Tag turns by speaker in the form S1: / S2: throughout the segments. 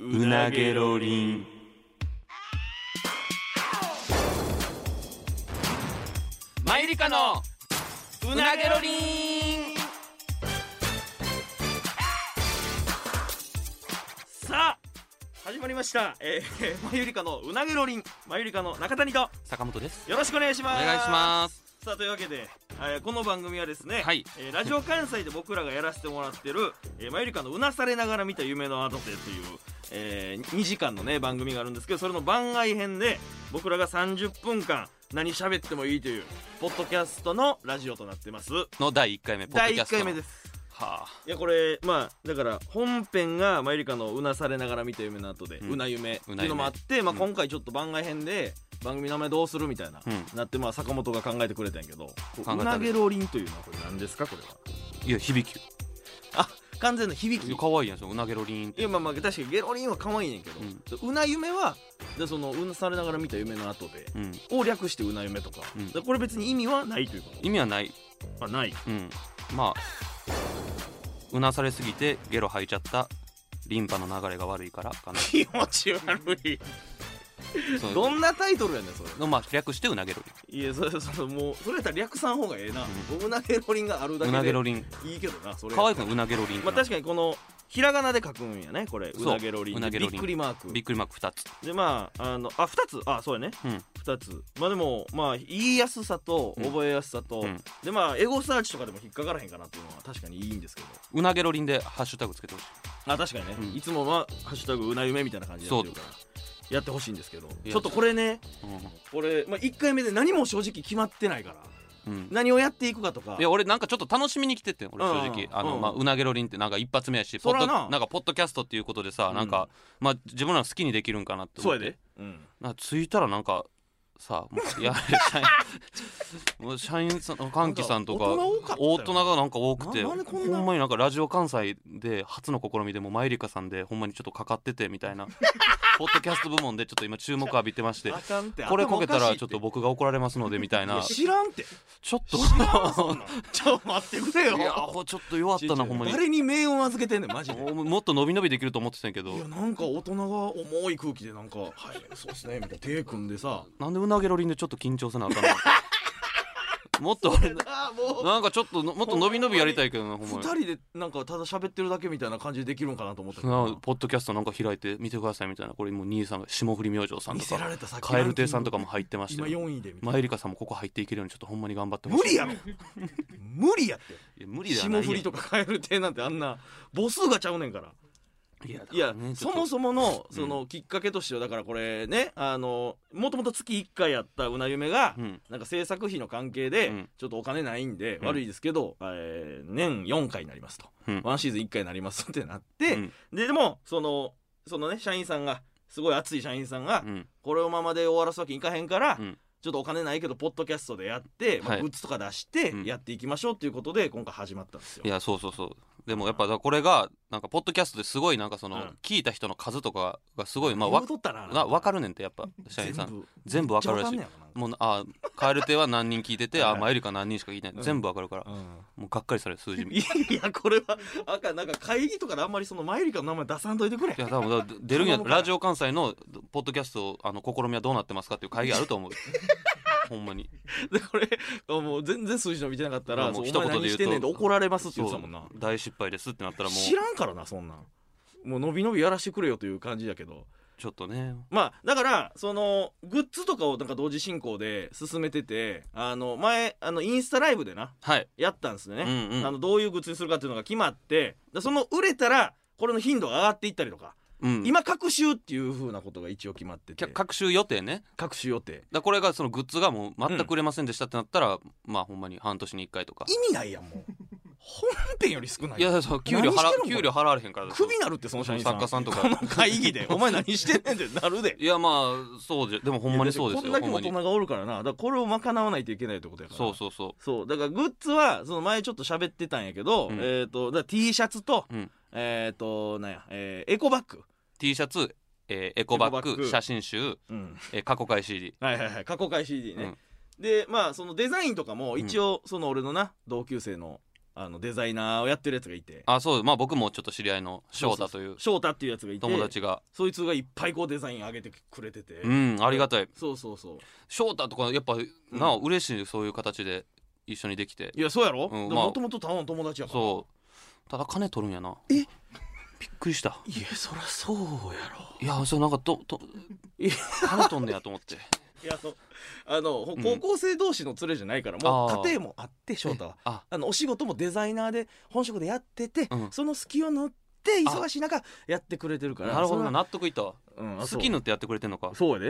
S1: うなげろりん
S2: マユリカのうなげろりん
S1: さあ始まりました、えー、 まゆりかのうなげろりんまゆりかの中谷と
S2: 坂本です
S1: よろしくお願いし
S2: お
S1: ます
S2: 願いします
S1: すさあというわけで、えー、この番組はですね、
S2: はい
S1: えー、ラジオ関西で僕らがやらせてもらってる、えー、まゆりかのうなされながら見た夢の後でという、えー、2時間のね番組があるんですけどそれの番外編で僕らが30分間何喋ってもいいというポッドキャストのラジオとなってます
S2: の第一回目ポッド
S1: 第
S2: キャ
S1: 1
S2: スト
S1: 回
S2: の
S1: 目です
S2: はあ
S1: いやこれまあだから本編がマユリカのうなされながら見た夢の後で、
S2: う
S1: うんな夢っていうのもあって、まあ、今回ちょっと番外編で番組名前どうするみたいな、
S2: うん
S1: なってまあ坂本が考えてくれたんやけど
S2: えたね
S1: うなげろりんというのはこれ何ですかこれはい
S2: や響き
S1: あ完全な響き
S2: 可愛いやんそのうなげろりんっ
S1: い
S2: て
S1: やまあまあ確かにゲロリンは可愛いねんけど、うな夢はでそのうなされながら見た夢の後で
S2: うん
S1: を略してうな夢とか,、
S2: うん
S1: これ別に意味はないというこ
S2: 意味はない
S1: とあない
S2: うんまあうなされすぎてゲロ吐いちゃったリンパの流れが悪いからかな
S1: 気持ち悪い
S2: その
S1: どんなタイトルやねんそれ
S2: のまあ略してうなげろ
S1: いやそれ そのもうそれやったら略さん方がええな、うなげろりんがある
S2: り
S1: だ
S2: んうなげ
S1: け
S2: ろ
S1: で
S2: りん
S1: いいけどなそれ
S2: 可愛くないうなげろりんって
S1: ま
S2: な
S1: あ確かにこのひらがなで書くんやねこれ
S2: そう
S1: うなげろりん
S2: うなげろりん
S1: びっくりマーク
S2: びっくりマーク二つ
S1: でまああのあ二つあそうやね
S2: うん
S1: 二つまあでもまあ言いやすさと
S2: うん
S1: 覚えやすさと、
S2: うん
S1: でまあエゴサーチとかでも引っかからへんかなっていうのは確かにいいんですけど
S2: うなげろりんでハッシュタグつけてほし
S1: あ確かにね、
S2: うん
S1: いつもは「ハッシュタグうな夢」みたいな感じでやってるからやってほしいんですけど
S2: や
S1: ちょっとこれね
S2: い、
S1: 俺、まあ、1回目で何も正直決まってないから
S2: うんうん、
S1: 何をやっていくかとか
S2: いや俺なんかちょっと楽しみに来てってん俺正直
S1: うん
S2: あの、
S1: うん
S2: まあ、うなげろりんってなんか一発目やしポ
S1: そら
S2: ッド
S1: な
S2: なんかポッドキャストっていうことでさ、
S1: うん
S2: なんかまあ自分らの好きにできるんかなって思
S1: そう
S2: っ
S1: や
S2: て
S1: で、うん、
S2: なんか着いたらなんかさも ういや社員もう社員さん歓喜さんとか
S1: なんか大人多かったよ
S2: 大人がなんか多くて
S1: ななんでこんな
S2: ほんまになんかラジオ関西で初の試みでもマイリカさんでほんまにちょっとかかっててみた いなポッドキャスト部門でちょっと今注目浴びてまして
S1: あかんって
S2: これこけた
S1: 頭お
S2: ら
S1: かしい
S2: ちょっと僕が怒られますのでみたい
S1: いや
S2: な
S1: 知らんって
S2: ちょっと
S1: 知らんそんなん ちょ待ってくれよ
S2: いやほちょっと弱ったなほんまに
S1: 誰に命運預けてんねんマジで
S2: もうもっと伸び伸びできると思ってたんやけ
S1: いや
S2: ど
S1: なんか大人が重い空気でなんか「はいそうっすね」みたいな手組んでさ
S2: なんでうなげろりんでちょっと緊張せなあ かんのもっと 俺
S1: あーもう
S2: なんかちょっとのもっと伸び伸びやりたいけどなほんま
S1: 二
S2: に
S1: 人でなんかただ喋ってるだけみたいな感じでできるんかなと思ったけ
S2: な
S1: ど
S2: あポッドキャストなんか開いて見てくださいみたいなこれもう兄さんが霜降り明星さん
S1: 見
S2: と
S1: せら
S2: か
S1: れたさっき
S2: 蛙亭さんとかも入ってました
S1: 今
S2: よ
S1: 4位でみたいな
S2: マイリカさんもここ入っていけるようにちょっとほんまに頑張ってほしい
S1: 無理やろ無理やって
S2: いや無理だよ
S1: 霜降りとか蛙亭なんてあんな母数がちゃうねんから
S2: いやだか
S1: いや
S2: ら、ねち
S1: そ
S2: ょっと
S1: もそものそのきっかけとしてはだからこれねあのもともと月1回やったうな夢が、
S2: うん
S1: なんか制作費の関係で、
S2: うん
S1: ちょっとお金ないんで、
S2: うん
S1: 悪いですけど、えー年4回になりますと、
S2: うん
S1: ワンシーズン1回になりますってなって、
S2: うん
S1: ででもそのそのね社員さんがすごい熱い社員さんが、
S2: うん
S1: これをままで終わらすわけにいかへんから、
S2: うん
S1: ちょっとお金ないけどポッドキャストでやって、ま
S2: は
S1: あ、
S2: い
S1: グッズとか出して
S2: うん
S1: やっていきましょうっていうことで、今回始まったんですよ
S2: い。やそうそうそうでもやっぱだからこれがなんかポッドキャストですごいなんかその、
S1: うん
S2: 聞いた人の数とかがすごいまあ
S1: 言
S2: わ
S1: うとったな
S2: な分かるねんってやっぱ社員さん全部わかるらしい
S1: めっちゃわかんねやろなんか
S2: もうなあ蛙亭は何人聞いててあ
S1: はい
S2: マユリカ何人しか聞いてない、
S1: うん
S2: 全部わかるから
S1: うん
S2: もうがっかりされる数字い
S1: いやこれはあかんなんか会議とかであんまりそのマユリカの名前出さんといてくれ
S2: や多分だから出るんや
S1: 頼むから
S2: ラジオ関西のポッドキャストあの試みはどうなってますかっていう会議あると思う ほんまに
S1: でこれもう全然数字伸びてなかった
S2: まあ
S1: ら「
S2: も
S1: そうう
S2: 一
S1: お
S2: 言
S1: 前
S2: で言
S1: 何し
S2: うと
S1: てんねん」って怒られますって言ってた
S2: そう
S1: もんな
S2: 大失敗ですってなったらもう
S1: 知らんからなそんなんもう伸び伸びやらしてくれよという感じやけど
S2: ちょっとね
S1: まあだからそのグッズとかをなんか同時進行で進めててあの前あのインスタライブでな
S2: はい
S1: やったんですね、
S2: うんうん
S1: あのどういうグッズにするかっていうのが決まってでその売れたらこれの頻度が上がっていったりとか、
S2: うん
S1: 今各週っていうふうなことが一応決まってて
S2: きゃ各週予定ね
S1: 各週予定
S2: だからこれがそのグッズがもう全く売れませんでしたってなったら、まあほんまに半年に1回とか
S1: 意味ないやんもう本編より少ない
S2: いやそう給
S1: 何
S2: 料
S1: してる
S2: 払
S1: のこれ
S2: 給料払われへんから
S1: クビなるってその社員さん
S2: 作家さんとか
S1: この会議 でお前何してんねんってなるで
S2: いやまあそうじゃでもほんまにそうですよ
S1: いやだって
S2: ほ
S1: こんだ
S2: んま
S1: け
S2: に
S1: 大人がおるからなだからこれを賄わないといけないってことやから
S2: そうそうそう
S1: そうだからグッズはその前ちょっと喋ってたんやけど、
S2: うん
S1: えっ、とだから T シャツと、
S2: うん
S1: えっ、となんや、えーエコバッグ、
S2: T シャツ、えーエコバッグ
S1: エコバッグ
S2: 写真集、
S1: うん、
S2: えー過去回 CD
S1: はいはいはい過去回 CD ね、でまあそのデザインとかも一応その俺のな同級生のあのデザイナーをやってるやつがいて
S2: あそうまあ僕もちょっと知り合いの翔太という
S1: 翔太っていうやつがいて
S2: 友達が
S1: そいつがいっぱいこうデザイン上げてくれてて、
S2: うんありがたい
S1: そうそうそう
S2: 翔太とかやっぱなお嬉しいそういう形で一緒にできて
S1: いやそうやろ、
S2: う
S1: うんん
S2: まあ
S1: もともとタの友達やから
S2: そうただ金取るんやな
S1: え
S2: びっくりした
S1: いやそりゃそうや ろ
S2: いやそうなんかとと
S1: いや
S2: 金取んねやと思って
S1: いやあのあのほ
S2: うん
S1: 高校生同士の連れじゃないから、も
S2: あー
S1: う家庭もあって 翔太は
S2: あ
S1: あのお仕事もデザイナーで本職でやってて、
S2: うん
S1: その隙を塗って忙しい中やってくれてるから
S2: なるほどな
S1: な、
S2: 納得いったわ
S1: うん、あ
S2: 好
S1: そう
S2: き塗ってやってくれてんのか
S1: そうやで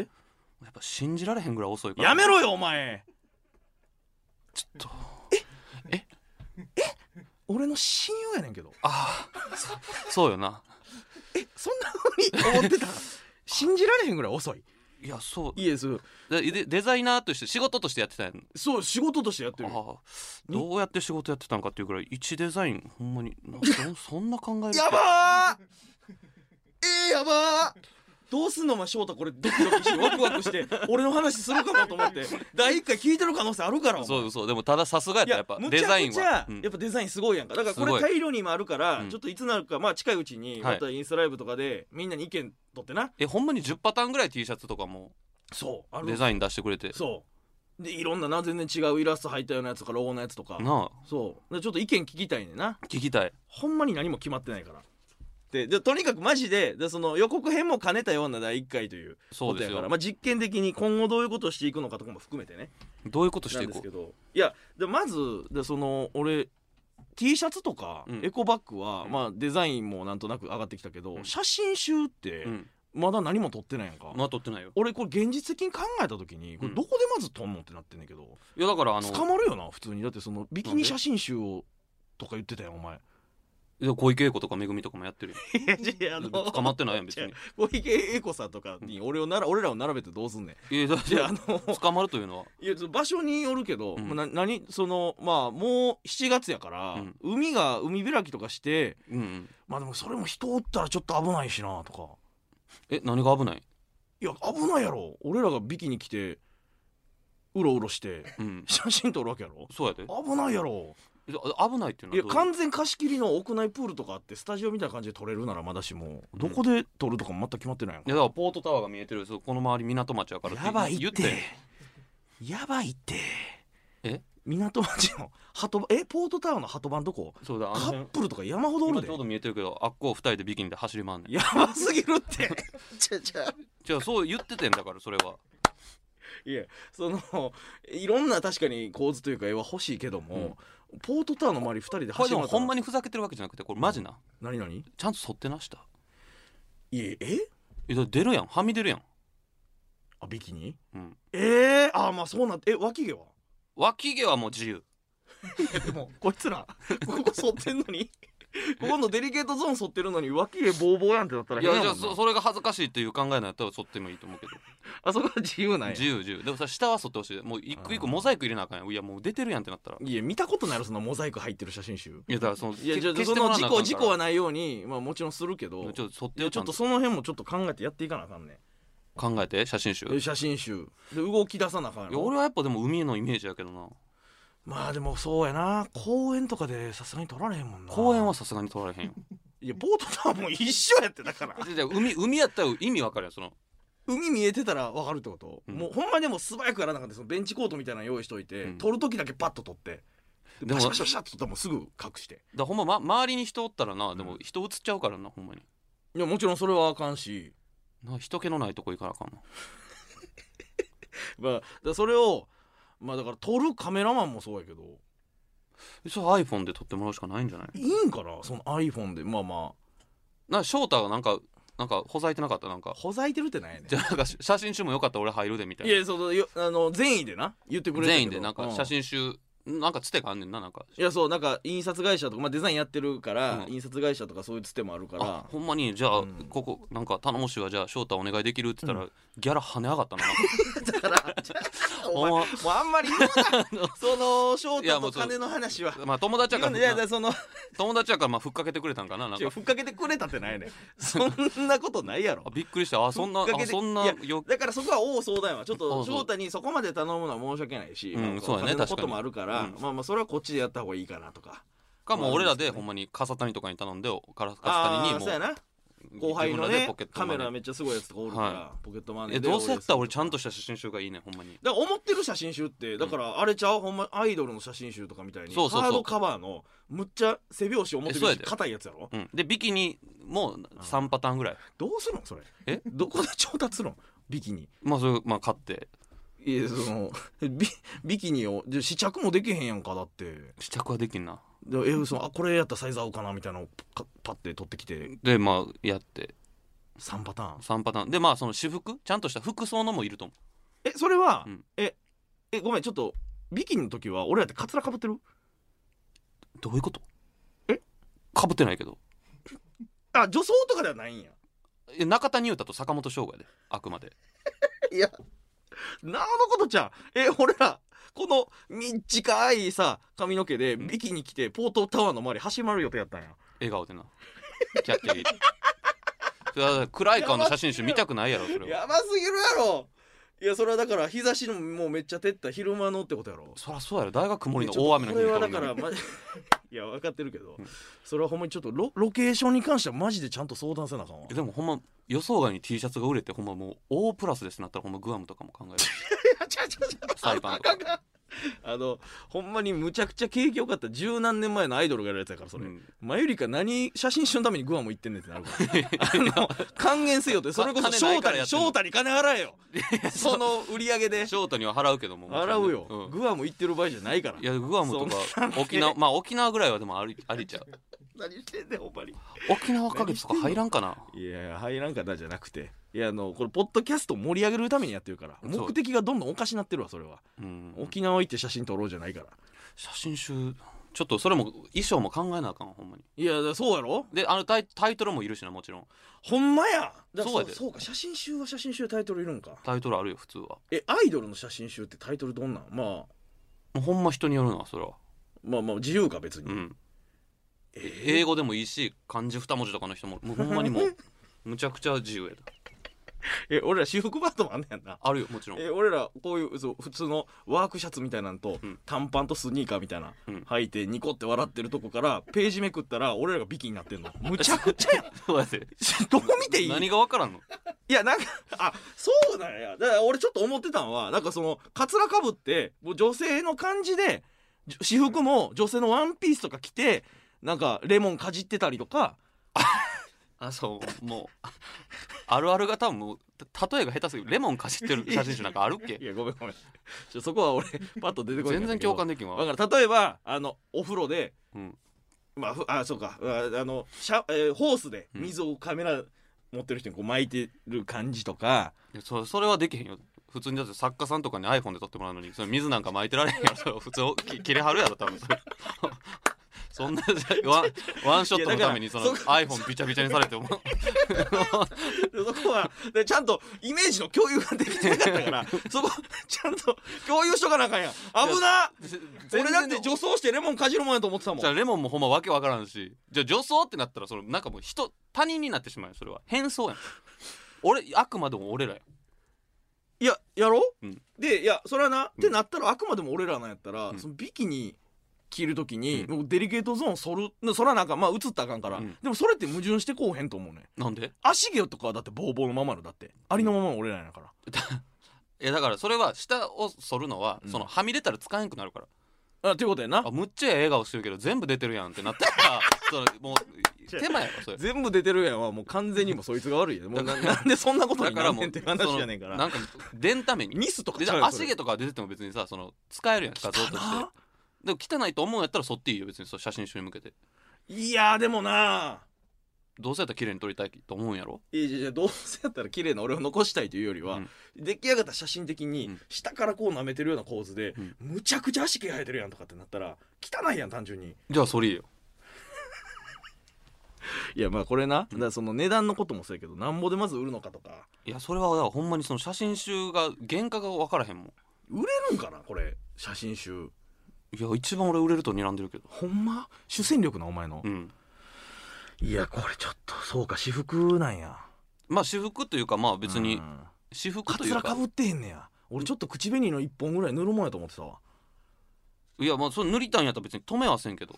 S2: やっぱ信じられへんぐらい遅いから
S1: やめろよお前
S2: ちょっと
S1: 俺の親友やねんけど
S2: ああそ そうよな
S1: えそんなふうに思 ってた信じられへんぐらい遅い
S2: いやそう
S1: いえそう
S2: ででデザイナーとして仕事としてやってたやん
S1: そう仕事としてやって
S2: あ
S1: るよ
S2: あどうやって仕事やってたのかっていうぐらい一デザインほんまになそそんな 考え
S1: やばーえー、やばーどうすんのお前翔太これドキドキしてワクワクして俺の話するかもと思って第一回聞いてる可能性あるからお前
S2: そうそうでもたださすがやっ
S1: い
S2: た
S1: や
S2: やっぱ
S1: む
S2: デ
S1: ちゃ
S2: ザイン
S1: くちゃ
S2: は、うん
S1: やっぱデザインすごいやんかだからこ
S2: すご
S1: れ
S2: い
S1: 大量に今あるから、
S2: うん
S1: ちょっといつなるかまあ近いうちに
S2: はい
S1: またインスタライブとかでみんなに意見取ってな、
S2: えほんまに10パターンぐらい T シャツとかも
S1: そうある
S2: デザイン出してくれて
S1: そうでいろんなな全然違うイラスト入ったようなやつとかロゴのやつとか
S2: なあ
S1: そうでちょっと意見聞きたいねんな
S2: 聞きたい
S1: ほんまに何も決まってないからででとにかくマジででその予告編も兼ねたような第一回という
S2: そ
S1: こ
S2: う
S1: と
S2: で
S1: や
S2: す
S1: から、
S2: よ
S1: まあ、実験的に今後どういうことをしていくのかとかも含めてね
S2: どういうことし
S1: な
S2: てい
S1: んで
S2: こ
S1: すけ
S2: う
S1: どいやでまずでその俺 T シャツとか、
S2: うん
S1: エコバッグは、
S2: うん
S1: まあ、デザインもなんとなく上がってきたけど、
S2: うん
S1: 写真集って
S2: うん
S1: まだ何も撮ってないやんか、
S2: まあ撮ってないよ
S1: 俺これ現実的に考えた時にこれどこでまず撮んのってなってんねんけど、
S2: いやだからあ
S1: 捕ま
S2: の
S1: るよな普通にだってそのビキニ写真集をとか言ってたやんお前
S2: いや小池栄子とかめぐみとかもやってるよ
S1: いやいやあ
S2: 捕まってないやん別に
S1: 小池栄子さんとかに俺をなら俺らを並べてどうすんねん
S2: いやだっ
S1: いやあ
S2: て
S1: の
S2: 捕まるというのはい
S1: やちょっと場所によるけど、
S2: うん
S1: まあな何そのまあもう7月やから、
S2: うん
S1: 海が海開きとかして
S2: うんうん
S1: まあでもそれも人おったらちょっと危ないしなとか
S2: え何が危ない
S1: いや危ないやろ俺らがビキに来てうろうろ して
S2: うん
S1: 写真撮るわけやろ
S2: そうやで
S1: 危ないやろ
S2: えあ危ないっていう
S1: い
S2: の
S1: や
S2: はどうい
S1: 完
S2: う
S1: 全貸し切りの屋内プールとかあってスタジオみたいな感じで撮れるならまだしも
S2: うん
S1: どこで撮るとかも全く決まってないやん
S2: いやだからポートタワーが見えてるそうこの周り港町やから
S1: やばい
S2: 言
S1: っ
S2: って
S1: てやばいって
S2: え
S1: 港町の鳩えポートタワーの鳩番どこ
S2: そうだあの
S1: カッ
S2: 辺
S1: プルとか山ほどおる
S2: 今
S1: で
S2: ちょうど見えてるけどあっこを二人でビキニで走り回んねん
S1: やばすぎるって ちゃちゃ
S2: じゃあそう言っててんだからそれはい
S1: やそのいろんな確かに構図というか絵は欲しいけども、ポートタワーの周り2人で
S2: これ
S1: 走
S2: で
S1: る
S2: もほんまにふざけてるわけじゃなくてこれマジな、
S1: 何何
S2: ちゃんと沿ってなした
S1: いやえ
S2: えだって出るやんはみ出るやん
S1: あビキニ、
S2: うん
S1: えー、あまあそうなんえ脇毛は
S2: 脇毛はもう自由
S1: で もこいつらここ剃ってんのにここのデリケートゾーン剃ってるのに脇毛ボーボーなんてなったら
S2: い
S1: 変
S2: や
S1: や
S2: じゃ
S1: も
S2: あ
S1: ん
S2: そ
S1: な
S2: それが恥ずかしいっていう考えなんやったら沿ってもいいと思うけど
S1: あそこは自由なんや
S2: 自由自由でもさ下は沿ってほしいもう一個一個
S1: うん
S2: モザイク入れなあかんやんいやもう出てるやんってなったらい
S1: いや見たことないろそのモザイク入ってる写真集
S2: やだからその
S1: いやじゃあ
S2: 消
S1: そ
S2: しても
S1: の
S2: らわ
S1: 事
S2: なあかんか
S1: 故
S2: ら
S1: 事故はないようにまあもちろんするけど
S2: ちょっと沿って
S1: い
S2: よ
S1: や
S2: ち
S1: ち
S2: ゃ
S1: ょ
S2: ん
S1: っと
S2: と
S1: その辺もちょっと考えてやっていかなあかんね
S2: 考えて写真集
S1: え写真集で動き出さなあかんや
S2: いや
S1: ろ
S2: 俺はやっぱでも海のイメージやけどな
S1: まあでもそうやな公園とかでさすがに撮られへんもんな
S2: 公園はさすがに取られへんよ
S1: いやボートタワーも一緒やってだから
S2: でで海海やったら意味わかるやんその
S1: 海見えてたらわかるってこと、
S2: うん
S1: もうほんまでも素早くやらなあかんでそのベンチコートみたいなの用意しといて、
S2: うん
S1: 撮る時だけパッと撮って
S2: で
S1: でも
S2: も
S1: シャシャシャッと撮ったらもうすぐ隠して
S2: だからほんま、ま、周りに人おったらなで
S1: う
S2: も
S1: ん
S2: 人映っちゃうからなほんまに
S1: いやもちろんそれはあかんし
S2: な人気のないとこ行かなあかんな
S1: まあだからそれをまあだから撮るカメラマンもそうやけど
S2: それ iPhone で撮ってもらうしかないんじゃない
S1: いいんかなその iPhone でまあま
S2: な翔太がなんかなんかほざいてなかったなん
S1: あ
S2: か
S1: ほざいてるってないねん
S2: じゃあなんか写真集もよかったら俺入るでみたい
S1: い
S2: な
S1: やそのよあの善意でな言ってくれて
S2: 全員でなんか写
S1: い
S2: 真集、なんかつてがあんねんななんか
S1: やそうなんか印刷会社とか、まあ、デザインやってるから、
S2: うん
S1: 印刷会社とかそういうつてもあるから
S2: あほんまにじゃあ、
S1: うん
S2: ここなんか頼もしいわじゃあ翔太お願いできるって言ったら、ギャラ跳ね上がったな
S1: だからお 前
S2: ほん
S1: も
S2: ま
S1: うあんまり言うな その翔
S2: い
S1: 太
S2: やもう
S1: と
S2: そう
S1: 金の話は。
S2: まあ友達や
S1: 今
S2: から
S1: ねいやいやその
S2: 友達やからまあふっかけてくれたんかななん
S1: 違う
S2: か
S1: ふっかけてくれたってない ねんそんなことないやろ
S2: あびっくりしたあそんな
S1: ふっかけ
S2: あ
S1: て
S2: そんない
S1: や
S2: よ
S1: だからそこは王相談はちょっ
S2: そ
S1: と
S2: うそう
S1: 翔太にそこまで頼むのは申し訳ないし、
S2: うん
S1: まあ
S2: そうやね
S1: お金のこ
S2: 確か
S1: と
S2: に
S1: もあるから
S2: うん
S1: まあまあそれはこっちでやった方がいいかなとか
S2: かもう俺らで
S1: まああるんですけどね
S2: ほんまにカサタニとかに頼んでカラカサタニ
S1: あ
S2: に
S1: あ
S2: も
S1: そうや
S2: う
S1: な後輩の
S2: 自分らで
S1: ね
S2: ポケット
S1: カ
S2: マネ
S1: メ
S2: ー
S1: ラめっちゃすごいやつとかおるから、
S2: は
S1: ポケットマネー
S2: え
S1: で
S2: どうせやったら俺
S1: 俺
S2: ちゃんとした写真集がいいねほんまに
S1: だから思ってる写真集ってだからあれちゃうほんまアイドルの写真集とかみたいに
S2: そうそうそう
S1: ハードカバーのむっちゃ背表紙表
S2: え
S1: 表
S2: そうや
S1: 紙
S2: で
S1: 硬いやつやろ
S2: うんでビキニも3パターンぐらい
S1: どうするのそれ
S2: え
S1: どこで調達するのビキニ
S2: まあそれまあ買って
S1: いやその ビビキニをじゃあ試着もできへんやんかだって
S2: 試着はできんな
S1: でえそのあこれやったらサイズ合うかなみたいなのをパパッて取ってきて
S2: でまあやって
S1: 3パターン
S2: 3パターンでまあその私服ちゃんとした服装のもいると思
S1: えそれは、
S2: うん
S1: ええごめんちょっとビキニの時は俺らってカツラかぶってる
S2: うどういうこと
S1: え
S2: かぶってないけど
S1: あ女装とかではないんや
S2: え中谷裕太と坂本翔吾やであくまで
S1: いやなおのことちゃんえ俺らこの短いさ髪の毛で
S2: ん
S1: ビキニ着てポートタワーの周り走まる予定やったんや
S2: 笑顔でなキャッキャリそれは暗い顔の写真集見たくないやろそれは
S1: やばすぎるやろいやそれはだから日差しのもうめっちゃ照った昼間のってことやろ
S2: そりゃそうやろ大学曇りの大雨の日
S1: こ
S2: に
S1: れは
S2: 撮
S1: だ
S2: る
S1: か
S2: の
S1: ら、
S2: に
S1: ま、い や分かってるけど、
S2: うん
S1: それはほんまにちょっとロロケーションに関してはマジでちゃんと相談せなあかんわ
S2: えでもほんま予想外に T シャツが売れてほんまもう O プラスですなったらほんまグアムとか も考える
S1: ちゃちゃちゃ
S2: サイパンとか
S1: あのほんまにむちゃくちゃ景気良かった十何年前のアイドルがやるやつやからそれ、
S2: うん
S1: マユリカ何写真集のためにグアム行ってんねんってなるから あの還元せよってそれこそ
S2: 金な
S1: 翔
S2: い
S1: 太
S2: からや
S1: に
S2: ってんの
S1: 翔太に金払えよその売り上げで
S2: 翔太には払うけどももちろんね
S1: 払うよ、
S2: うん
S1: グアム行ってる場合じゃないから
S2: いやグアムとか沖縄まあ沖縄ぐらいはでもありありちゃう
S1: 何してんねんほんまに
S2: 沖縄花月とか入らんかない
S1: や入らんかなじゃなくていやあのこれポッドキャスト盛り上げるためにやってるから
S2: そう
S1: 目的がどんどんおかしなってるわそれは、
S2: うん
S1: 沖縄行って写真撮ろうじゃないから
S2: 写真集ちょっとそれも衣装も考えなあかんほんまに
S1: いやだからそうやろ
S2: であのタイタイトルもいるしなもちろん
S1: ほんまやだから
S2: そうやで
S1: そうか写真集は写真集タイトルいるんか
S2: タイトルあるよ普通はも
S1: えアイドルの写真集ってタイトルどんなんまあ
S2: うほんま人によるなそれは
S1: まあまあ自由か別に、
S2: うん
S1: え
S2: 英語でもいいし漢字二文字とかの人ももうほんまにも うむちゃくちゃ自由やだ
S1: え俺ら私服バートもあんねやんな
S2: あるよもちろん
S1: え俺らこういうそう普通のワークシャツみたいなんと、
S2: うん
S1: 短パンとスニーカーみたいな、
S2: うん
S1: 履いてニコって笑ってるとこからページめくったら俺らがビキになってんのむちゃくちゃや ん
S2: そうやで
S1: どこ見ていい
S2: 何がわからんの
S1: いやなんかあそうなんやだから俺ちょっと思ってたんはなんかそのカツラかぶってもう女性の感じでじょ私服も女性のワンピースとか着てなんかレモンかじってたりとか
S2: あそうもうあるあるが多分もうた例えが下手すぎるレモンかじってる写真集なんかあるっけ
S1: いやごめんごめんちょそこは俺パッと出てこない
S2: 全然共感できんわ
S1: だから例えばあのお風呂で
S2: うん
S1: まあふあそうかああのシャ、えーホースで水をカメラ持ってる人にこう巻いてる感じとか、
S2: いやそそれはできへんよ普通にだって作家さんとかに iPhone で撮ってもらうのにそれ水なんか巻いてられへんやろそれ普通き切れはるやろ多分そ れそんなワンワンショットのためにそ
S1: いや
S2: の
S1: だ
S2: iPhone びちゃびちゃにされても
S1: でそこはでちゃんとイメージの共有ができてなかったから そこちゃんと共有しとかなあかんやん危な俺だって女装してレモンかじるもんやと思ってたもん
S2: じゃあレモンもほんまわけわからんしじゃあ女装ってなったらそのなんかもう人他人になってしまうよそれは変装やん俺あくまでも俺らやん
S1: いややろ、
S2: うん
S1: でいやそれはな、っ
S2: うん
S1: てなったらあくまでも俺らなんやったら、
S2: うん
S1: そのビキニ着るときに、
S2: うん
S1: もうデリケートゾーンそるなそらなんかまあ映ったらあかんから、
S2: うん
S1: でもそれって矛盾してこうへんと思うね
S2: なんで
S1: 足毛とかはだってボーボーのままのだってありのままの俺らやから、
S2: えだからそれは下を剃るのは、
S1: うん
S2: そのはみ出たら使えんくなるから
S1: あっていうことやな
S2: あむっちゃええ笑顔してるけど全部出てるやんってなったらその もう手間やろそれ
S1: 全部出てるやんはもう完全にもうそいつが悪い でもうななんでそんなこと
S2: だ
S1: に
S2: か
S1: な
S2: ら
S1: ん
S2: も
S1: ねんっ
S2: う
S1: て話やねんか
S2: その
S1: ら
S2: なんか出ん ために
S1: ミスとか
S2: で
S1: ち
S2: だ
S1: ゃ
S2: か
S1: う
S2: ら
S1: よそれ
S2: 足毛とかは出てても別にさその使えるやん画像として
S1: 汚
S2: でも汚いと思うんやったら剃っていいよ別にそう写真集に向けて
S1: いやーでもな
S2: どうせやったら綺麗に撮りたいと思うんやろ
S1: いやいやいやどうせやったら綺麗な俺を残したいというよりは、
S2: うん
S1: 出来上がった写真的に
S2: うん
S1: 下からこう舐めてるような構図で、
S2: うん
S1: むちゃくちゃ足毛生えてるやんとかってなったら汚いやん単純に
S2: じゃあ剃りよ
S1: いやまあこれな、
S2: う
S1: だ
S2: ん
S1: からその値段のこともそうやけどなんぼでまず売るのかとか
S2: いやそれはだからほんまにその写真集が原価が分からへんもん
S1: 売れるんかなこれ写真集
S2: いや一番俺売れると睨んでるけど
S1: ほんま主戦力なお前の
S2: う、ん
S1: いやこれちょっとそうか私服なんや
S2: まあ私服というかまあ別
S1: う
S2: に
S1: ん
S2: 私服
S1: カ
S2: とい
S1: ツ
S2: う
S1: ラ
S2: か
S1: かぶってへんねや俺ちょっと口紅の一本ぐらい塗るもんやと思ってたわ
S2: いやまあそれ塗りたいんやったら別に止めはせんけど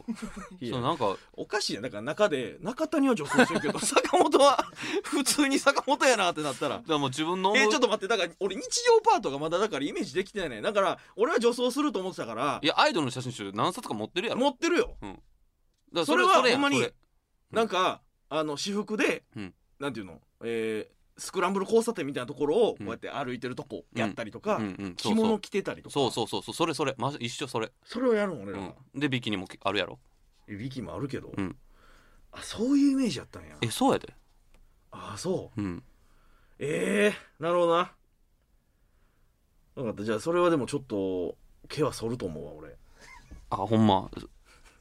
S1: いや
S2: そうなんか
S1: おかしいやんだから中で中谷は女装してるけど 坂本は普通に坂本やなってなったら
S2: だからもう自分の思う
S1: えちょっと待ってだから俺日常パートがまだだからイメージできてないだから俺は女装すると思ってたから
S2: いやアイドルの写真集何冊か持ってるやろ
S1: 持ってるよ
S2: だから
S1: それは
S2: やん
S1: ほんまに
S2: それうん
S1: なんかあの私服で、
S2: うん
S1: なんていうの、えースクランブル交差点みたいなところをこ
S2: うん
S1: うやって歩いてるとこやったりとか、
S2: うんうんそ
S1: 着
S2: うそ
S1: 物
S2: う
S1: 着てたりとか
S2: そうそうそうそうそれそれ、ま、一緒それ、
S1: それをやるの俺
S2: う
S1: ら、
S2: ん、でビキニもあるやろ
S1: えビキもあるけど、
S2: うん
S1: あそういうイメージやったんや
S2: えそうやで
S1: あそう
S2: うん
S1: ええなるほどな。分かった。じゃあ、それはでもちょっと、毛は剃ると思うわ、俺。
S2: あほんま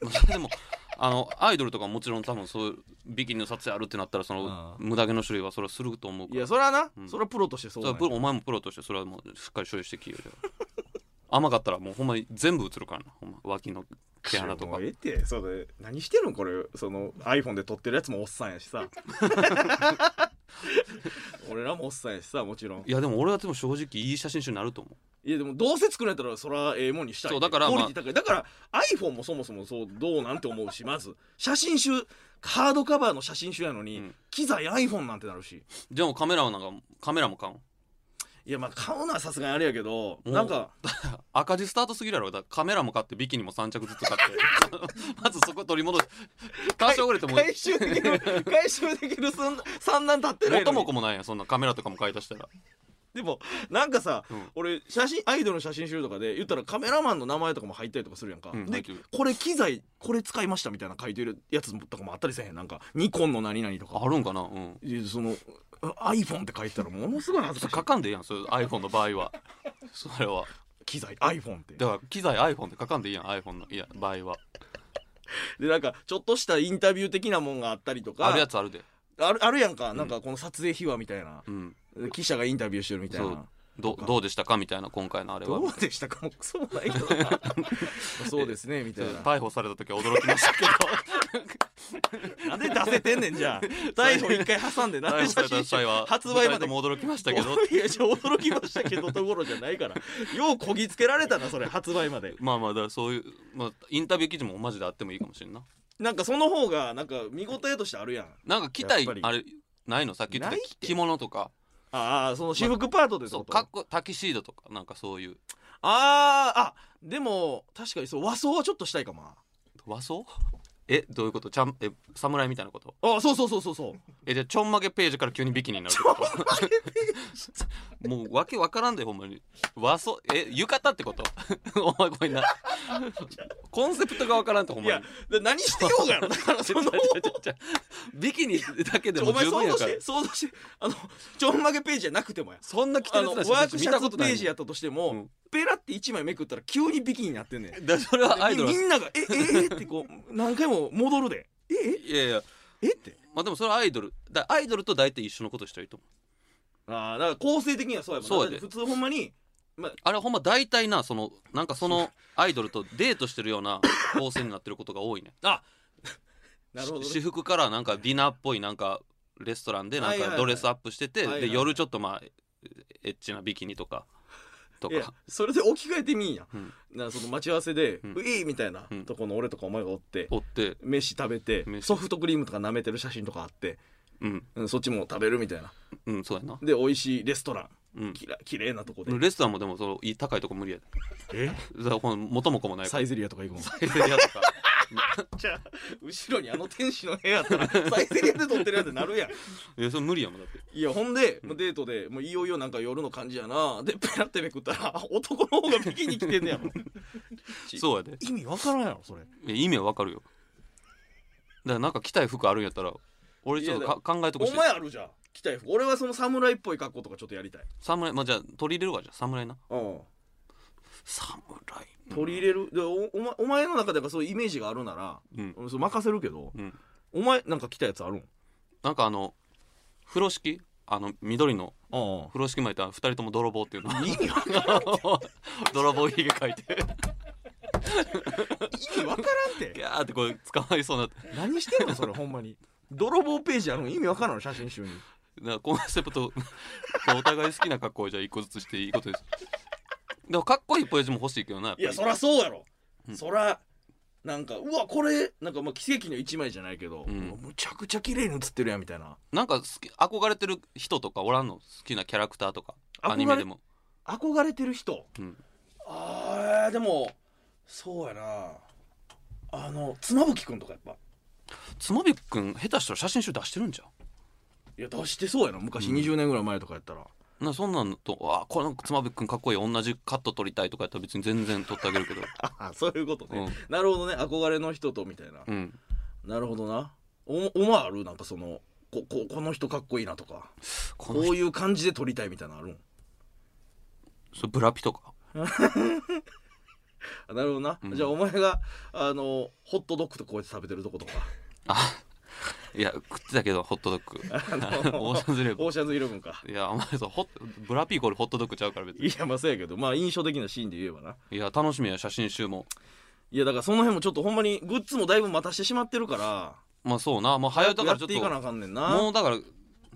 S2: それでもあのアイドルとかもちろん多分そういうビキニの撮影あるってなったらそ
S1: あ
S2: の
S1: あ
S2: 無駄毛の種類はそれはすると思うか
S1: い
S2: ら
S1: や、それはな、
S2: うん
S1: それはプロとしてそ
S2: そうれ
S1: だ
S2: はプロお前もプロとしてそれはもうしっかり処理してきよじゃあ甘かったらもうほんまに全部映るからなほんま脇の毛穴とか
S1: ええって、それ、何してるんこれ、その iPhone で撮ってるやつもおっさんやし さ。俺らもおっさんやしさ、もちろん。
S2: いやでも俺はでも正直いい写真集になると思
S1: いや、でもどうせ作れたら、それはええもんにしたい。
S2: そうだから
S1: クオ
S2: まあ
S1: リティ高い。だから、iPhone もそもそもそう、どうなんて思うし、まず、写真集、ハードカバーの写真集やのに、
S2: うん
S1: 機材 iPhone なんてなるし。
S2: うでもカメラはなんかカメラも買うん
S1: いや、まあ、買うのはさすがにあれやけど、
S2: う
S1: なんか、
S2: 赤字スタートすぎるやろだからカメラも買ってビキニも3着ずつ買って まずそこ取り戻す多少売れても
S1: 回収でき る回収できるそん三段立ってないの
S2: 元
S1: に
S2: も子もないやんそんなカメラとかも買い足したら
S1: でもなんかさ、
S2: うん
S1: 俺写真アイドルの写真集とかで言ったらカメラマンの名前とかも入ったりとかするやんか、
S2: うん入
S1: で
S2: ってる
S1: これ機材これ使いましたみたいな書いてるやつとかもあったりせえへんなんかニコンの何々とか
S2: あるんかなうん
S1: いやその iPhone って書いてたらものすごい恥ずかしい
S2: 書かんでいいやんそれ iPhone の場合はそれは
S1: 機材 iPhone って
S2: だから機材 iPhone って書かんでいいやん iPhone のいや場合は
S1: でなんかちょっとしたインタビュー的なもんがあったりとか
S2: あるやつあるで
S1: あるあるやんか、なんかこの撮影秘話みたいな
S2: うん
S1: 記者がインタビューしてるみたい
S2: そう
S1: な
S2: どどうでしたかみたいな今回のあれは
S1: どうでしたかもクソもないけど なそうですねみたいな
S2: 逮捕された時は驚きました け
S1: なんで出せてんねん じゃあ逮捕一回挟んで
S2: ど
S1: なん
S2: 逮
S1: で
S2: 捕
S1: 写
S2: された
S1: 真集
S2: 際は
S1: 発売まで
S2: 二人とも驚きましたけど
S1: いやちょ驚きましたけどところじゃないからようこぎつけられたなそれ発売まで
S2: まあまあだからそういう、まあ、インタビュー記事もマジであってもいいかもしれんな
S1: なんかその方がなんか見応えとしてあるやん
S2: なんか着たい
S1: やっぱり
S2: あれないのさっき言って
S1: ない
S2: た
S1: って
S2: 着物とか
S1: ああその私服パートでって
S2: そ
S1: こ
S2: う
S1: と
S2: かっこタキシードとかなんかそういう
S1: あーあでも確かにそう和装はちょっとしたいかもな
S2: 和装 えどういうことちゃんえ侍みたいなこと
S1: あそうそうそうそうそう
S2: えじゃあちょんまげページから急にビキニになるって こともうわけわからんでほんまに和装え浴衣ってこと お前これなコンセプトがわからんってほん
S1: い
S2: ま
S1: や
S2: に
S1: で何してようがやろだからその
S2: ちゃちゃちゃビキニだけで
S1: ちょお
S2: も
S1: 前
S2: 十分
S1: 想
S2: や
S1: 像し
S2: から
S1: て想像してあのちょんまげページじゃなくてもや
S2: そんな着て
S1: あ
S2: る
S1: の
S2: や
S1: ワ
S2: つな
S1: ー
S2: ん
S1: ク
S2: て
S1: シ
S2: 見
S1: ャ
S2: た
S1: ツ
S2: こと
S1: ペ
S2: ない
S1: ージやったとしても、
S2: うん
S1: ペラって1枚めくったら急にビキニになってんねんで
S2: だそれはアイドル
S1: みんなが「えええってこう何回も戻るで「ええ
S2: いやいや
S1: えって
S2: まあでもそれはアイドルだアイドルと大体一緒のことしてると思う
S1: ああだから構成的にはそうやもんな
S2: そうやで
S1: だって普通ほんまに
S2: あれほんま大体なそのなんかそのアイドルとデートしてるような構成になってることが多いね
S1: あなるほどね、
S2: 私服からなんかディナーっぽいなんかレストランでな
S1: は
S2: ん
S1: いはい
S2: か
S1: はい
S2: ドレスアップしてて
S1: はいはいは
S2: で
S1: い
S2: 夜ちょっとまあエッチなビキニとかと
S1: いや
S2: か
S1: それで置き換えてみんや、
S2: うん
S1: なその待ち合わせで「
S2: うん
S1: うえい!」みたいな
S2: うん
S1: とこの俺とかお前がおって、
S2: おって
S1: 飯食べて
S2: 飯
S1: ソフトクリームとか舐めてる写真とかあって、
S2: うん
S1: うん、そっちも食べるみたいな
S2: うんそうやな
S1: で美味しいレストラン
S2: うん
S1: きら綺麗なとこで
S2: レストランもでもそのいい高いとこ無理 やで
S1: え
S2: だからほん元も子もないか
S1: サイゼリアとか行くもん
S2: らいやと か
S1: じゃあ後ろにあの天使の部屋あったら サイゼリアで撮ってるやつになるやん
S2: いやそれ無理やもんだって
S1: いやほんで、もうデートでもういよいよなんか夜の感じやなでペラってめくったらあ男の方がビキニ着てんねやろ
S2: そうやで
S1: 意味わからんやろそれ
S2: いや意味はわかるよだからなんか着たい服あるんやったら俺ちょっとか考えとこ
S1: お
S2: して
S1: 前あるじゃん着たい服俺はその侍っぽい格好とかちょっとやりたい
S2: 侍まあじゃあ取り入れるわじゃあ侍な
S1: うん
S2: 侍
S1: 取り入れるでおお前お前の中でやっぱそういうイメージがあるなら
S2: うん、
S1: 俺それ任せるけど
S2: うん、
S1: お前なんか着たやつあるん
S2: なんかあの風呂敷あの緑の
S1: あ
S2: 風呂敷巻いたら二人とも泥棒っていうの
S1: あ意味わ
S2: 泥棒ひげかいて
S1: 意味わからん
S2: ギ
S1: て
S2: ャーってこれ捕まりそうになって
S1: 何してんのそれほんまに泥棒ページあるん意味わからんの写真集に
S2: なんかコンセプトお互い好きな格好をじゃあ一個ずつしていいことですでもかっこいいページも欲しいけどなやっ
S1: い
S2: ぱり
S1: やそらそうやろ
S2: うん
S1: そらなんかうわこれなんかまあ奇跡の一枚じゃないけど、
S2: うん
S1: うわむちゃくちゃ綺麗に写ってるやんみたいな
S2: なんか好き憧れてる人とかおらんの好きなキャラクターとか
S1: 憧れ
S2: アニメでも、
S1: 憧れてる人
S2: うん、
S1: あーでもそうやなあの妻夫木君とかやっぱ
S2: つまびくん下手したら写真集出してるんじゃ
S1: いや出してそうやな昔
S2: うん
S1: 20年ぐらい前とかやったら、
S2: んなそんなんのとあこれなんかつまびくんかっこいい同じカット撮りたいとかやったら別に全然撮ってあげる けど、
S1: あそういうこと
S2: う
S1: ね、
S2: ん
S1: なるほどね憧れの人とみたいな、
S2: うん、
S1: なるほどなおお前あるなんかそのこここの人かっこいいなとか
S2: こ
S1: こ
S2: の人
S1: ういう感じで撮りたいみたいなのあるん
S2: そうブラピとか
S1: あなるほどな、
S2: うん
S1: じゃあお前があのホットドッグとこうやって食べてると ことか
S2: あいや食ってたけどホットドッグ
S1: あの
S2: オーシャンズイレブン
S1: オーシャンズイレブンか
S2: いやお前そうホッブラピイコールホットドッグちゃうから別に
S1: いやまあそうやけどまあ印象的なシーンで言えばない
S2: や楽しみや写真集も
S1: いやだからその辺もちょっとほんまにグッズもだいぶ待たしてしまってるから
S2: まあそうなもう早いだか
S1: や
S2: ら
S1: っ
S2: ちょって
S1: いかな
S2: と
S1: あかんねんな
S2: もうだから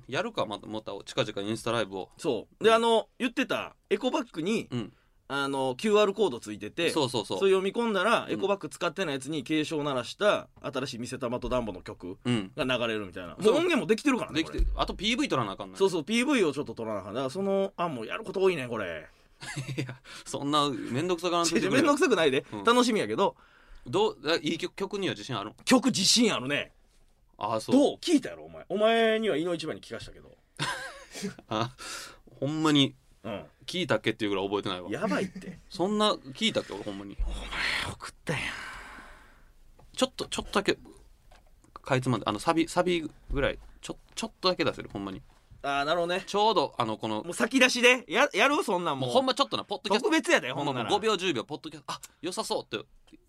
S2: やるかまたまた近々インスタライブを
S1: そうであの言ってたエコバッグに
S2: うん
S1: あの QR コードついてて
S2: そうそうそう
S1: それ読み込んだら、
S2: うん
S1: エコバッグ使ってないやつに警鐘を鳴らした新しい「ミセタマとダンボ」の曲
S2: うん
S1: が流れるみたいなもう
S2: そう
S1: 音源もできてるからね
S2: できて
S1: これ
S2: あと PV 撮らなあかんない
S1: そうそう PV をちょっと撮らなあかんだからその案もやること多いねこれ
S2: そんな面倒くさがらんといてく
S1: 面
S2: れ
S1: 倒くさくないで、
S2: うん
S1: 楽しみやけど
S2: どうえいい曲曲には自信ある
S1: 曲自信あるね
S2: ああそう
S1: どう聞いたやろお前お前には井の一番に聞かしたけど
S2: あほんまに
S1: うん
S2: 聞いたっけっていうぐらい覚えてないわ
S1: やばいって
S2: そんな聞いたっけ俺ほんまに
S1: 送ったやん
S2: ちょっとちょっとだけかいつまんであのサビサビぐらいちょちょっとだけ出せるほんまに
S1: ああなるほどね
S2: ちょうどあのこの
S1: もう先出しでややるそんなんも
S2: も
S1: う
S2: うほんまちょっとなポッドキャス
S1: 特
S2: ト
S1: 別やで
S2: ほ
S1: ほ
S2: ん
S1: ん
S2: ま
S1: な
S2: も
S1: ら
S2: う5秒10秒ポッドキャストあ良さそうって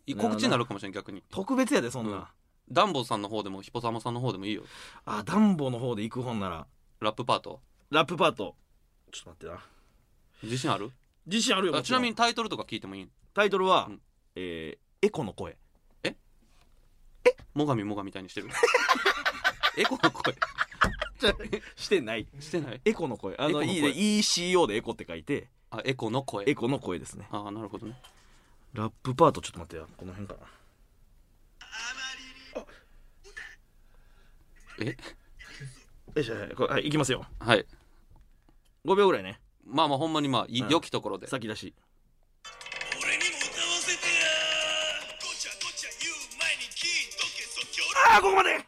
S2: い告知になるかもしれん逆に
S1: 特別やでそんなん、
S2: うんダンボさんの方でもヒポサマさんの方でもいいよ
S1: あダンボの方で行くほんなら
S2: ラップパート
S1: ラップパートちょっと待ってな
S2: 自信ある
S1: 自信あるよ
S2: あ
S1: も
S2: ち
S1: ろ
S2: なんみにタイトルとか聞いてもいい
S1: タイトルは、
S2: うん
S1: えーエコの声
S2: もがみもがみたいにし てるエコの声
S1: してない
S2: してない
S1: エコの声あの
S2: エコの声
S1: いいね ECO でエコって書いて
S2: あエコの声
S1: エコの声ですね
S2: ああなるほどね
S1: ラップパートちょっと待ってよこの辺かな
S2: え
S1: よいしょはいこれはい行きますよ
S2: はい
S1: 5秒ぐらいね
S2: まあまあほんまにまあい
S1: うん
S2: 良きところで
S1: 先出し
S3: 俺にも歌わせてやごちゃごちゃ言う前に聞いとけ即興
S1: ああここまで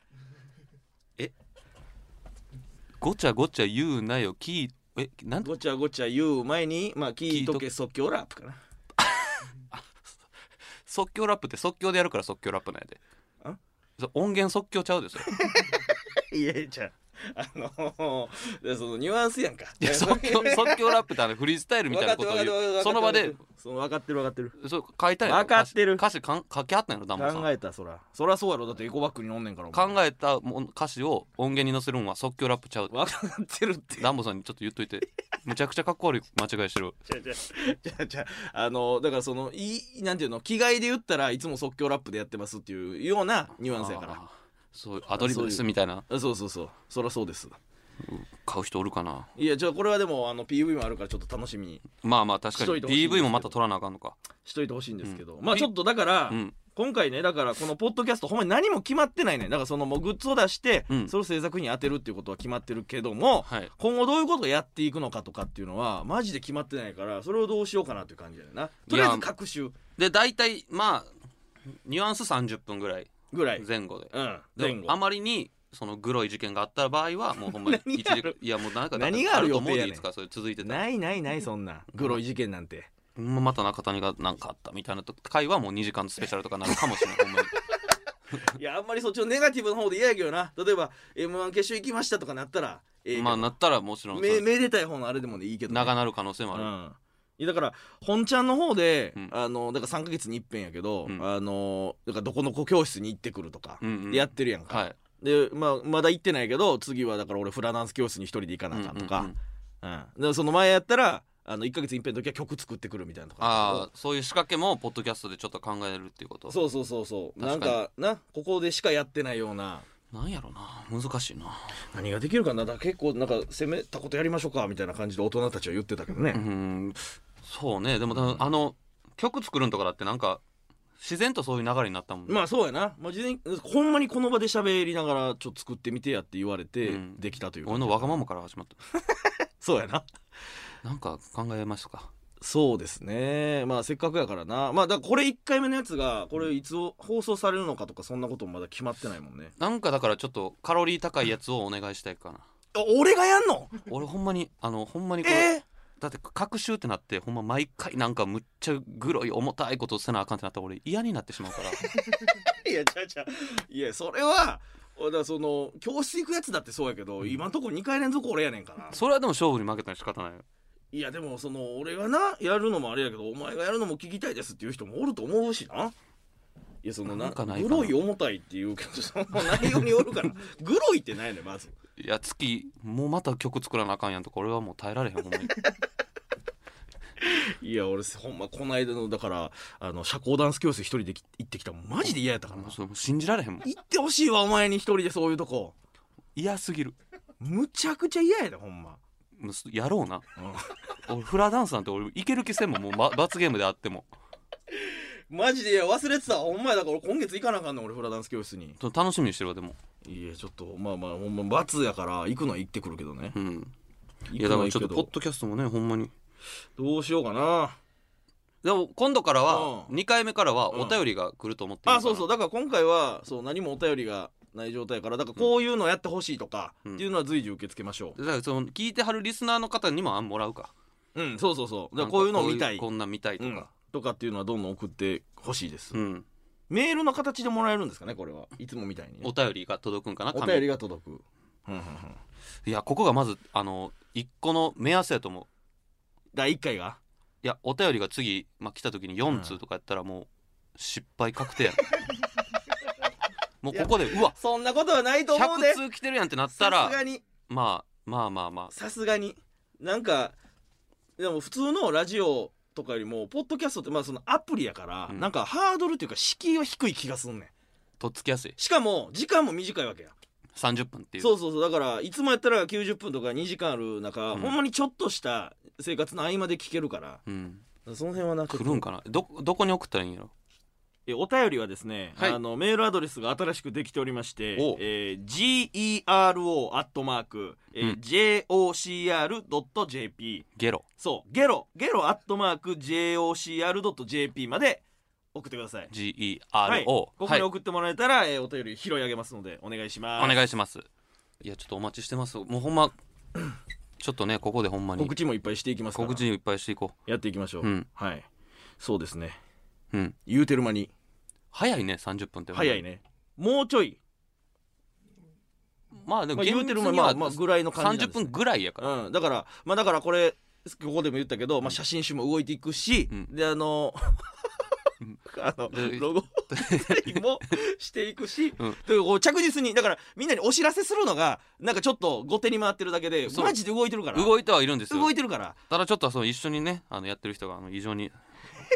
S2: ごちゃごちゃ言うなよきえなんて
S1: ごちゃごちゃ言う前にまあ聞いと
S2: 聞
S1: け即興ラップかな
S2: 即興ラップって即興でやるから即興ラップなんやで
S1: あ
S2: そ音源即興ちゃうですよ
S1: いやじゃああのー、そのニュアンスやんか
S2: いや即興即興ラップってあのフリースタイルみたいなことを言うその場で
S1: その分かってる分かってる
S2: そう書いたんやろ
S1: 分かってる
S2: 歌詞歌詞かん書きあったんやろダンボさん
S1: 考えたそらそらそうやろだってエコバッグに飲んねんからお前
S2: 考えたもん歌詞を音源に載せるんは即興ラップちゃう
S1: 分かってるって
S2: ダンボさんにちょっと言っといてむちゃくちゃかっこ悪い間違いしてる
S1: じゃあじゃあ じゃあじゃああのだからそのいいなんていうの着替えで言ったらいつも即興ラップでやってますっていうようなニュアンスやから
S2: あーそうアドリブですみたいな
S1: あそうそうそうそらそうです
S2: 買う人おるかない
S1: やじゃあこれはでもあの PV もあるからちょっと楽しみに
S2: まあまあ確か
S1: しとい
S2: に
S1: てほしいんですけ
S2: PV
S1: ど
S2: もまた撮らなあかんのか
S1: しといてほしいんですけど、まあちょっとだから、
S2: うん
S1: 今回ねだからこのポッドキャストほんまに何も決まってないねだからそのもうグッズを出して、
S2: うん
S1: それを制作費に当てるっていうことは決まってるけども、
S2: はい
S1: 今後どういうことをやっていくのかとかっていうのはマジで決まってないからそれをどうしようかなっていう感じだよなとりあえず各種
S2: で大体まあニュアンス30分ぐらい
S1: ぐらい、
S2: 前後で
S1: うん
S2: で
S1: 前後
S2: あまりにそのグロい事件があった場合はもうほんまに
S1: 何
S2: 一
S1: があ
S2: 時
S1: る
S2: いやもうなんか
S1: 何がある
S2: と
S1: 予
S2: 思う
S1: 定やね
S2: で
S1: ん
S2: いつかそれ続いてた
S1: ないないないそんなグロい事件なんて
S2: ほんままた中谷がなんかあったみたいなと回はもう2時間スペシャルとかなるかもし れないほんまに
S1: いやあんまりそっちのネガティブの方で嫌やけどな例えば m 1決勝行きましたとかなったらええけど
S2: まあなったらもちろんそ
S1: め
S2: の
S1: めでたい方のあれでもねいいけどね、
S2: 長なる可能性もある、
S1: うんいやだから本ちゃんの方で、
S2: うん
S1: あのだから3か月に一遍やけど、
S2: うん
S1: あのだからどこの子教室に行ってくるとか、
S2: うんうん
S1: やってるやんか、
S2: はい
S1: で、まあ、まだ行ってないけど次はだから俺フラダンス教室に一人で行かなあかんとか,、
S2: う
S1: うんん
S2: うんうん
S1: だからその前やったらあの1か月に一遍の時は曲作ってくるみたいなとか
S2: ああそういう仕掛けもポッドキャストでちょっと考えるっていうこと
S1: そうそうそうそうなん
S2: 確かに
S1: かなここでしかやってないような
S2: なんやろな難しいな
S1: 何ができるかなだから結構なんか攻めたことやりましょうかみたいな感じで大人たちは言ってたけど
S2: う
S1: ね、
S2: んそうねでも多分あの曲作るんとかだってなんか自然とそういう流れになったもんね、
S1: まあそうやな、まあ、事前にほんまにこの場で喋りながらちょっと作ってみてやって言われて
S2: うん
S1: できたという、
S2: 俺のわがままから始まっ
S1: そうやな
S2: たなんか考えましたか
S1: そうですねまあせっかくやからなまあだからこれ1回目のやつがこれいつ放送されるのかとかそんなこともまだ決まってないもんね
S2: なんかだからちょっとカロリー高いやつをお願いしたいかな
S1: あ俺がやんの
S2: 俺ほんまにあのほんまにこれ、
S1: え
S2: だって隔週ってなってほんま毎回なんかむっちゃグロい重たいことせなあかんってなったら俺嫌になってしまうか ら
S1: いやちゃうちゃういやそれはだからその教室行くやつだってそうやけど、今んとこ2回連続俺やねんから
S2: それはでも勝負に負けたら仕方ないよ
S1: いやでもその俺がなやるのもあれやけどお前がやるのも聞きたいですっていう人もおると思うしないやそのな
S2: なんかない
S1: グ
S2: かな
S1: ロい重たいっていうけどその内容によるからグロいってないねんまず
S2: いや月もうまた曲作らなあかんやんとか俺はもう耐えられへんほんまに
S1: いや俺ほんまこの間のだからあの社交ダンス教室一人で行ってきたもんマジで嫌やったからな
S2: もうそれもう信じられへんもん
S1: 行ってほしいわお前に一人でそういうとこ
S2: 嫌すぎる
S1: むちゃくちゃ嫌やでほんま、
S2: もうすやろうな
S1: うん
S2: 俺フラダンスなんて俺いける気せんもんもう、ま、罰ゲームであっても
S1: マジでいや忘れてたほんまやだから俺今月行かなあかんの俺フラダンス教室に
S2: ちょっと楽しみにしてるわでも
S1: いやちょっとまあまあほんま罰やから行くのは行ってくるけどね
S2: うんい
S1: 行くの
S2: やだか
S1: は
S2: ら
S1: 行
S2: ちょ
S1: くけ
S2: っとポ
S1: ど
S2: ッドキャストもねほんまに
S1: どうしようかな
S2: でも今度からは
S1: うん
S2: 2回目からは
S1: うん
S2: お便りが来ると思ってるから
S1: あそうそうだから今回はそう何もお便りがない状態やからだからこういうのやってほしいとか、
S2: うん
S1: っていうのは随時受け付けましょ
S2: だからその聞いてはるリスナーの方にもあんもらうか
S1: ううんそうそうそうだからこういうのを見たい
S2: なんかこううこんなん見たいと
S1: うん
S2: か、
S1: とかっていうのはどんどん送ってほしいです、
S2: うん
S1: メールの形でもらえるんですかねこれはいつもみたいにね、
S2: お便りが届くんかな
S1: お
S2: 紙
S1: 便りが届くうんうんうん
S2: いやここがまずあの一個の目安やと思う
S1: 第1回が
S2: いやお便りが次、まあ、来た時に4通とかやったらもう失敗確定やんもうここでうわ
S1: そんなことはないと思うで
S2: 100通来てるやんってなった
S1: さ
S2: ら
S1: すがに
S2: まあまあまあまあ
S1: さすがになんかでも普通のラジオとかよりもポッドキャストってまあそのアプリやから、
S2: うん
S1: なんかハードルっていうか敷居は低い気がすんねん
S2: とっつきやすい
S1: しかも時間も短いわけや
S2: 30分っていう
S1: そうそうそうだからいつもやったら90分とか2時間ある中、
S2: うん
S1: ほんまにちょっとした生活の合間で聞けるから
S2: うん、
S1: その辺はなちょっ
S2: 来
S1: と
S2: るんかなどどこに送ったらいいんやろ
S1: えお便りはですね、
S2: はい
S1: あのメールアドレスが新しくできておりまして
S2: お、
S1: えー、gero アットマーク、えー
S2: うん
S1: jocr.jp
S2: ゲロ
S1: そうゲロゲロアットマーク jocr.jp まで送ってください
S2: GERO
S1: はい、ここ
S2: は
S1: に
S2: い
S1: 送ってもらえたら、えーお便り拾い上げますのでお願いします
S2: お願いしますいやちょっとお待ちしてますもうほ んまちょっとねここでほんまに
S1: 告知もいっぱいしていきますから
S2: 告知いっぱいしていこ
S1: やっていきましょう、
S2: うん
S1: はいそうですね
S2: ううん
S1: 言うてる間に
S2: 早いね30分って
S1: 早いねもうちょい、
S2: まあで
S1: ま
S2: も
S1: あ、
S2: 厳
S1: 言う
S2: 密
S1: てる
S2: に
S1: 間
S2: は
S1: に、まあまあ、ぐらいの感じなんで
S2: 30
S1: すね、
S2: 分ぐらいやから
S1: うん、だからまあだからこれここでも言ったけど、まあ、写真集も動いていくし、
S2: うん
S1: であの
S2: うん
S1: あの
S2: で
S1: ロゴ作りもしていくし、
S2: うん
S1: というこう着実にだからみんなにお知らせするのがなんかちょっと後手に回ってるだけで
S2: そう
S1: マジで動いてるから
S2: 動いてはいるんですよ
S1: 動いてるから
S2: ただちょっとその一緒にねあのやってる人があの異常に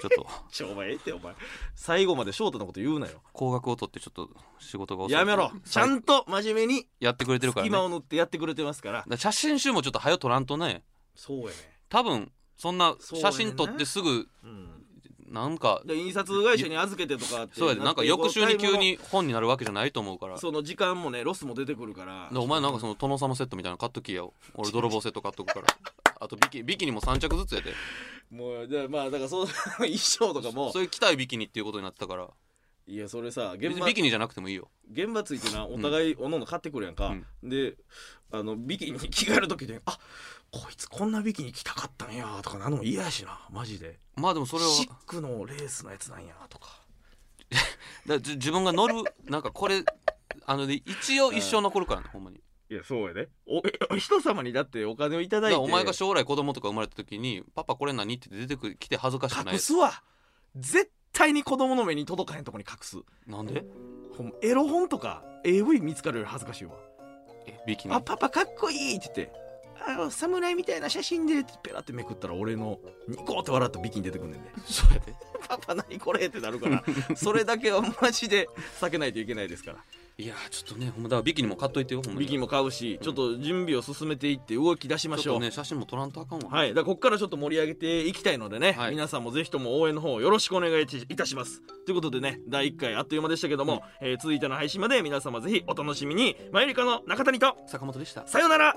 S2: ちょっと
S1: ちょお前ええってお前最後まで翔太のこと言うなよ
S2: 高額を取ってちょっと仕事が遅い
S1: やめろちゃんと真面目に
S2: やってくれてるからね
S1: 隙間を塗ってやってくれてますから
S2: だから写真集もちょっと早よ撮らんとね
S1: そうやね
S2: 多分そんな
S1: そうやねんな
S2: 写真撮ってすぐ
S1: うん
S2: なんか
S1: で印刷会社に預けてとかって
S2: そうやでなんか翌週に急
S1: こう買い
S2: に本になるわけじゃないと思うから
S1: 物その時間もねロスも出てくるから
S2: でお前なんかその殿様セットみたいなの買っときやよ俺泥棒セット買っと くからあとビキビキニも3着ずつやで
S1: もうでまあだからそう 衣装とかも
S2: そういう着たいビキニっていうことになってたから
S1: いやそれさ
S2: 別
S1: 現
S2: に
S1: 場
S2: ビキニじゃなくてもいいよ
S1: 現場ついてなお互いおのおの買ってくるやんか、であのビキニ着替える時で「あこいつこんなビキニ着たかったんや」とかなのも嫌やしなマジで
S2: まあでもそれは
S1: シックのレースのやつなんやとか
S2: だじ自分が乗るなんかこれあのね一応一生残るからねほんまに
S1: いやそうやでおえ人様にだってお金をいただ
S2: だ
S1: い
S2: か
S1: て
S2: らお前が将来子供とか生まれた時に「パパこれ何?」って出てくきて恥ずかしくない
S1: 隠すわ絶対に子供の目に届かへんとこに隠す
S2: なんで
S1: ほんまエロ本とか AV 見つかるより恥ずかしいわ
S2: えビキニ
S1: あパパかっこいいって言ってあの侍みたいな写真でってペラってめくったら俺のニコって笑ったビキニ出てくんねんで
S2: そう やで
S1: パパ何これってなるからそれだけはマジで避けないといけないですから
S2: いやーちょっとねほんまだからビキにも買っといてよほんまに
S1: ビキも買うし、ちょっと準備を進めていって動き出しまし
S2: ちょっ
S1: ょう
S2: とね写真も撮らんとあかんわ
S1: はい、だからここからちょっと盛り上げていきたいのでね、
S2: はい
S1: 皆さんもぜひとも応援の方よろしくお願いいたします。ということでね、第1回あっという間でしたけども、えー続いての配信まで皆様ぜひお楽しみに、マユリカの中谷と、
S2: 坂本でした
S1: さようなら